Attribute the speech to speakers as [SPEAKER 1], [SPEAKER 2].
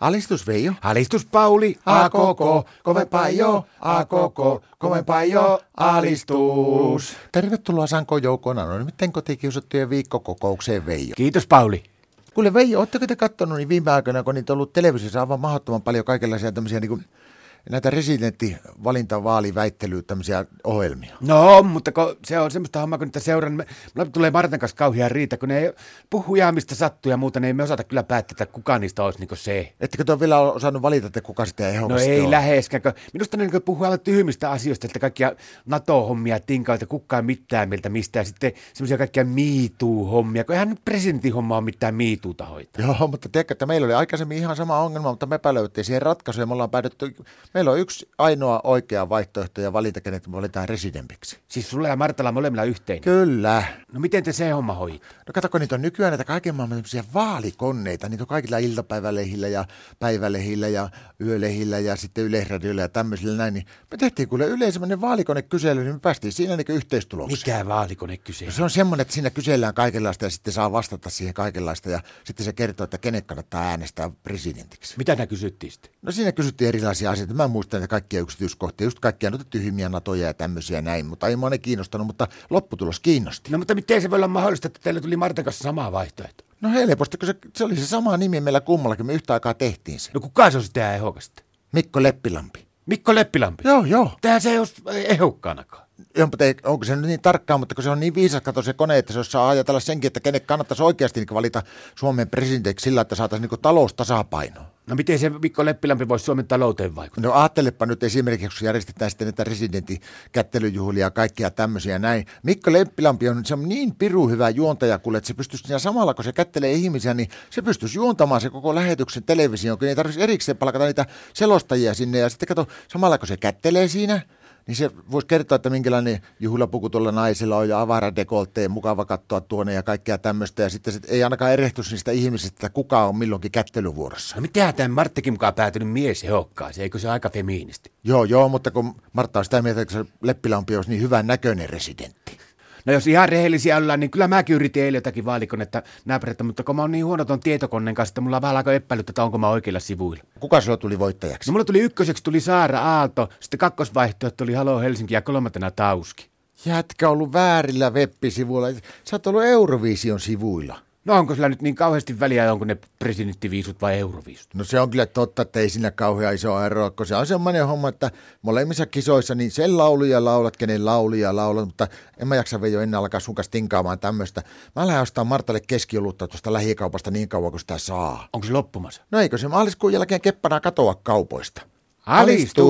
[SPEAKER 1] Alistus Veijo. Alistus Pauli. A koko, kovempaa jo. A koko, kovempaa jo. Alistus. Tervetuloa Sanko Joukona. No nimittäin kotikiusattujen viikkokokoukseen Veijo.
[SPEAKER 2] Kiitos Pauli.
[SPEAKER 1] Kuule Veijo, ootteko te kattonut niin viime aikoina, kun niitä on ollut televisiossa aivan mahdottoman paljon kaikenlaisia tämmöisiä niin kuin, näitä residenttivalitavaaliväittelyä, tämmöisiä ohjelmia.
[SPEAKER 2] No, mutta ko, se on semmoista hommaa, kun niitä seuran. Me, mulla tulee Martan kanssa kauhia riitä, kun ne ei puhu ihan mistä sattuu ja muuta, niin ei me osata kyllä päättää, että kuka niistä olisi niin se.
[SPEAKER 1] Ettekö te ole vielä osannut valita, että kuka sitä ei
[SPEAKER 2] No ei läheskään. kun Minusta ne niin puhuu aivan tyhmistä asioista, että kaikkia NATO-hommia tinkaa, että kukaan mitään mieltä mistään. Sitten semmoisia kaikkia miituu-hommia, kun eihän nyt presidentin homma on mitään miituuta hoitaa.
[SPEAKER 1] Joo, mutta tiedätkö, että meillä oli aikaisemmin ihan sama ongelma, mutta me löydettiin siihen ratkaisu ja me ollaan päädytty, meillä on yksi ainoa oikea vaihtoehto ja valinta, kenet me valitaan residentiksi.
[SPEAKER 2] Siis sulla ja Martalla molemmilla yhteinen.
[SPEAKER 1] Kyllä.
[SPEAKER 2] No miten te se homma hoiditte?
[SPEAKER 1] No katsoko, niitä on nykyään näitä kaiken maailman tämmöisiä vaalikonneita. Niitä on kaikilla iltapäivälehillä ja päivälehillä ja yölehillä ja sitten yleisradioilla ja tämmöisillä näin. Niin me tehtiin kuule Yle semmoinen vaalikonekysely, niin me päästiin siinä niin yhteistulokseen.
[SPEAKER 2] Mikä vaalikone kyseessä?
[SPEAKER 1] Se on semmoinen, että siinä kysellään kaikenlaista ja sitten saa vastata siihen kaikenlaista ja sitten se kertoo, että kenet kannattaa äänestää presidentiksi.
[SPEAKER 2] Mitä nää kysyttiin sitten?
[SPEAKER 1] No siinä kysyttiin erilaisia asioita. Mä en muista näitä kaikkia yksityiskohtia, just kaikkia noita tyhmiä natoja ja tämmöisiä näin, mutta ei mua ne kiinnostanut, mutta lopputulos kiinnosti.
[SPEAKER 2] No mutta miten se voi olla mahdollista, että teillä tuli Martan kanssa sama vaihtoehto?
[SPEAKER 1] No helposti, kun se, se oli se sama nimi meillä kummallakin, me yhtä aikaa tehtiin se.
[SPEAKER 2] No kuka se on sitä ehokasta?
[SPEAKER 1] Mikko Leppilampi.
[SPEAKER 2] Mikko Leppilampi.
[SPEAKER 1] Joo, joo.
[SPEAKER 2] Tähän se ei ole ehokkaanakaan.
[SPEAKER 1] Joo, mutta ei, onko se nyt niin tarkkaa, mutta kun se on niin viisas kato se kone, että se saa ajatella senkin, että kenen kannattaisi oikeasti niin valita Suomen presidentiksi sillä, että saataisiin niin talous tasapainoon.
[SPEAKER 2] No miten se Mikko Leppilampi voisi Suomen talouteen vaikuttaa?
[SPEAKER 1] No ajattelepa nyt esimerkiksi, kun järjestetään sitten näitä residenttikättelyjuhlia ja kaikkia tämmöisiä näin. Mikko Leppilampi on, se on niin piru hyvä juontaja, kuule, että se pystyisi siinä samalla, kun se kättelee ihmisiä, niin se pystyisi juontamaan se koko lähetyksen televisioon, kun ei tarvitsisi erikseen palkata niitä selostajia sinne. Ja sitten kato, samalla kun se kättelee siinä, niin se voisi kertoa, että minkälainen juhlapuku tuolla naisilla on ja avaradekoltteen mukava katsoa tuonne ja kaikkea tämmöistä. Ja sitten se ei ainakaan erehty niistä ihmisistä, että kuka on milloinkin kättelyvuorossa.
[SPEAKER 2] No mitä tämä Marttikin mukaan päätynyt mies ehokkaaseen, eikö se ole aika feministi?
[SPEAKER 1] Joo, joo, mutta kun Martta on sitä mieltä, että se Leppilampi olisi niin hyvän näköinen residentti.
[SPEAKER 2] No jos ihan rehellisiä ollaan, niin kyllä mäkin yritin eilen jotakin vaalikonetta näpärätä, mutta kun mä oon niin huono ton tietokoneen kanssa, että mulla on vähän aika epäilyt, että onko mä oikeilla sivuilla.
[SPEAKER 1] Kuka sulla tuli voittajaksi?
[SPEAKER 2] No mulla tuli ykköseksi tuli Saara Aalto, sitten kakkosvaihtoehto oli Halo Helsinki ja kolmantena Tauski.
[SPEAKER 1] Jätkä on ollut väärillä web-sivuilla. Sä oot ollut Eurovision sivuilla.
[SPEAKER 2] No onko sillä nyt niin kauheasti väliä, onko ne presidenttiviisut vai euroviisut?
[SPEAKER 1] No se on kyllä totta, että ei siinä kauhean iso ero, kun se on semmoinen homma, että molemmissa kisoissa niin sen lauluja laulat, kenen lauluja laulat, mutta en mä jaksa Veijo enää alkaa sun kanssa tinkaamaan tämmöistä. Mä lähden ostamaan Martalle keskiolutta tuosta lähikaupasta niin kauan kuin sitä saa.
[SPEAKER 2] Onko se loppumassa?
[SPEAKER 1] No eikö se maaliskuun jälkeen keppana katoa kaupoista?
[SPEAKER 2] Alistus!